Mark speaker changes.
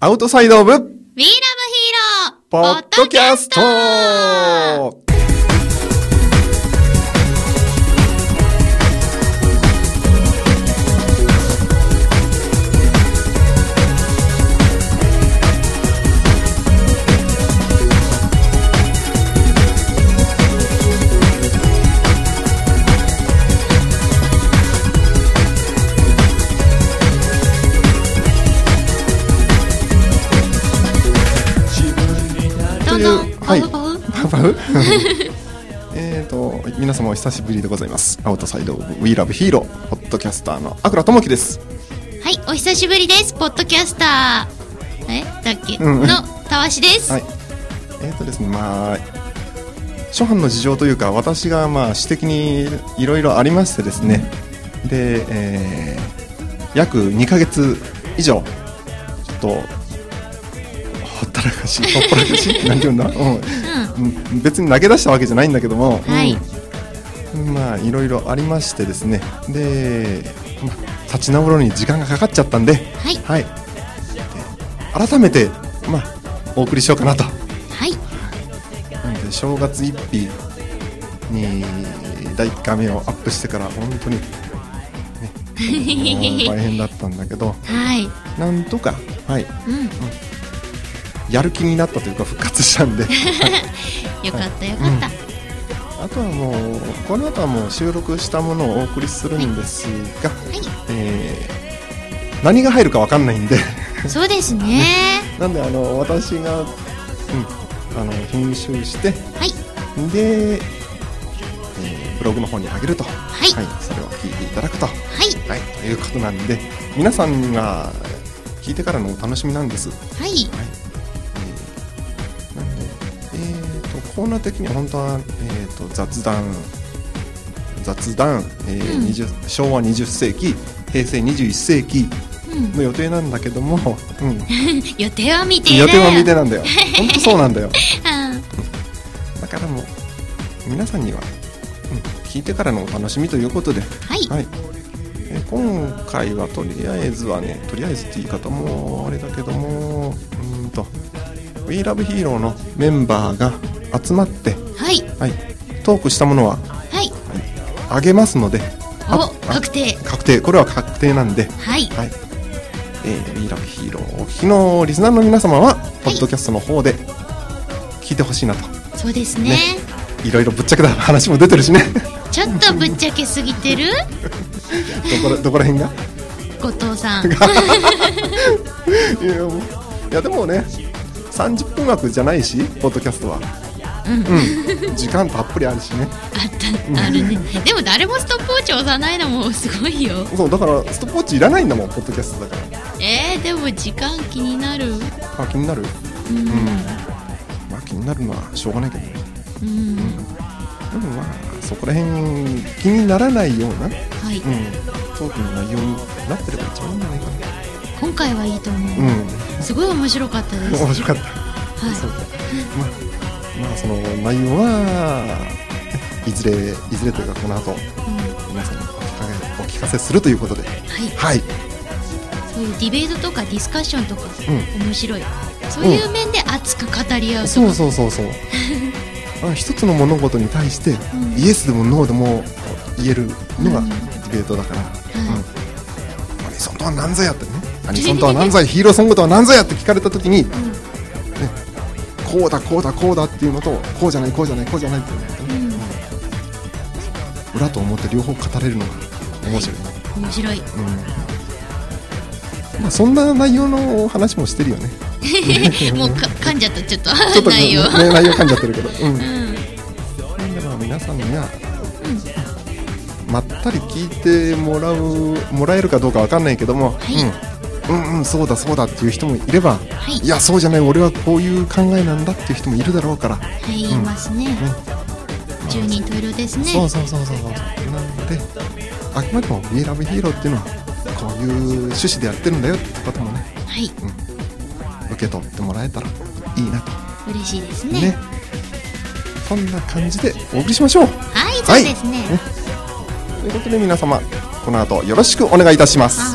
Speaker 1: アウトサイドオブ
Speaker 2: We Love Hero!
Speaker 1: ポッドキャスト
Speaker 2: どんどん、
Speaker 1: はい
Speaker 2: パ
Speaker 1: パ
Speaker 2: フパフ
Speaker 1: フ えっと皆様お久しぶりでございますアウトサイドオブ We Love Hero ポッドキャスターのあくらともきです
Speaker 2: はい、お久しぶりです。ポッドキャスター、えだっけ、
Speaker 1: うん
Speaker 2: の、たわしです。
Speaker 1: はいえっ、とですねまあ初版の事情というか私がまあ私的にいろいろありましてですねで、えー約2ヶ月以上ちょっとほったら かしほったらかしなんていうんだ、うん、
Speaker 2: う
Speaker 1: うん別に投げ出したわけじゃないんだけども、
Speaker 2: はい
Speaker 1: うんまあいろいろありましてですねで、まあ立ち直るのに時間がかかっちゃったんで、
Speaker 2: ん。はい、
Speaker 1: はい、で改めて、まあ、お送りしようかなと
Speaker 2: はい、
Speaker 1: なので正月一日に第1回目をアップしてから本当に、ね、もう大変だったんだけど
Speaker 2: はい、
Speaker 1: なんとか、はい、
Speaker 2: うん。
Speaker 1: やる気になったというか復活したんで。
Speaker 2: よかった、よかった。
Speaker 1: あとはもうこの後はもう収録したものをお送りするんですが、えー何が入るかわかんないんで
Speaker 2: はい、そうですね。
Speaker 1: なんであの私が、うん、あの編集して
Speaker 2: はい、
Speaker 1: で、えーブログの方に上げると、
Speaker 2: い
Speaker 1: それを聞いていただくと、は
Speaker 2: はい、
Speaker 1: い、ということなんで皆さんが聞いてからのお楽しみなんです。
Speaker 2: は
Speaker 1: は
Speaker 2: い、
Speaker 1: いえーなんで、えー、とコーナー的には本当は、えー、と雑談雑談、えー
Speaker 2: うん
Speaker 1: 20昭和20世紀平成21世紀
Speaker 2: うん。
Speaker 1: の予定なんだけども、 うん、
Speaker 2: 予定は見て
Speaker 1: 予定は未定
Speaker 2: な
Speaker 1: なんだよ本当そうなんだよ
Speaker 2: い。
Speaker 1: だからもう皆さんには、うん、聞いてからのお楽しみということで、
Speaker 2: はい、
Speaker 1: はいえー今回はとりあえずはねとりあえずって言い方もあれだけどもうーんと「WeLoveHero」のメンバーが集まって、
Speaker 2: はい、
Speaker 1: はい、トークしたものは、
Speaker 2: は
Speaker 1: は
Speaker 2: い、
Speaker 1: い、あげますのであ
Speaker 2: お、
Speaker 1: あ
Speaker 2: 確定。
Speaker 1: 確定これは確定なんで、
Speaker 2: はい、
Speaker 1: はいえー、WeLoveHero を昨日リスナーの皆様はポッドキャストの方で聞いてほしいなと、
Speaker 2: そうですね。
Speaker 1: いろいろぶっちゃけた話も出てるし ね
Speaker 2: ちょっとぶっちゃけすぎてる
Speaker 1: どこらどこら辺が
Speaker 2: 後藤さん。
Speaker 1: いやもういやでもね30分枠じゃないしポッドキャストは、うん、時間たっぷりあるしね
Speaker 2: あったあるねでも誰もストップウォッチ押さないのもすごいよ
Speaker 1: そうだからストップウォッチいらないんだもんポッドキャストだか
Speaker 2: えー、でも時間気になる
Speaker 1: らあ気になる
Speaker 2: うん
Speaker 1: まあ気になるのはしょうがないけどね
Speaker 2: うん
Speaker 1: でもまあそこら辺気にならないような、うん、
Speaker 2: はい
Speaker 1: トークの内容になってれば一番いいんじゃないかな
Speaker 2: 今回はいいと思う、すごい面白かったです
Speaker 1: うん 面白かったそう
Speaker 2: は
Speaker 1: かまあまあその内容はいずれいずれというかこの後
Speaker 2: い、うん
Speaker 1: 皆さんにお聞かせお聞かせするということで
Speaker 2: はい、
Speaker 1: はい
Speaker 2: そういうディベートとかディスカッションとか、
Speaker 1: う
Speaker 2: 面白いそういう面で熱く語り合うとか、
Speaker 1: そうそうそうそう あ一つの物事に対して、
Speaker 2: ん
Speaker 1: イエスでもノーでも言えるのが
Speaker 2: うん
Speaker 1: ディベートだから、
Speaker 2: はい
Speaker 1: うんアニソンとは何ぞやってねアニソンとは何ぞやヒーローソングとは何ぞやって聞かれた時に、ね、こうだこうだこうだっていうのとこうじゃないこうじゃないこうじゃないっていうのと、
Speaker 2: ん
Speaker 1: うん裏と表両方語れるのが面白いな、
Speaker 2: 面白い
Speaker 1: まあ、そんな内容の話もしてるよね
Speaker 2: もうか噛んじゃったちょっと
Speaker 1: ちょっとね
Speaker 2: 内容、
Speaker 1: ね内容噛んじゃってるけど、うん
Speaker 2: うん
Speaker 1: だから皆さんには、まったり聞いてもらうもらえるかどうかわかんないけども、
Speaker 2: い
Speaker 1: うん、うんうんそうだそうだっていう人もいれば、
Speaker 2: はい
Speaker 1: やそうじゃない俺はこういう考えなんだっていう人もいるだろうから、
Speaker 2: はい言いますね、十人十色ですね
Speaker 1: そうそうそうそうそうなのであくまでも「We Love Hero」っていうのはこういう趣旨でやってるんだよってこともね
Speaker 2: はい
Speaker 1: 受け取ってもらえたらいいなと
Speaker 2: 嬉しいです
Speaker 1: ね
Speaker 2: ね
Speaker 1: そんな感じでお送りしましょう
Speaker 2: はいそうですね、
Speaker 1: ということで皆様この後よろしくお願いいたします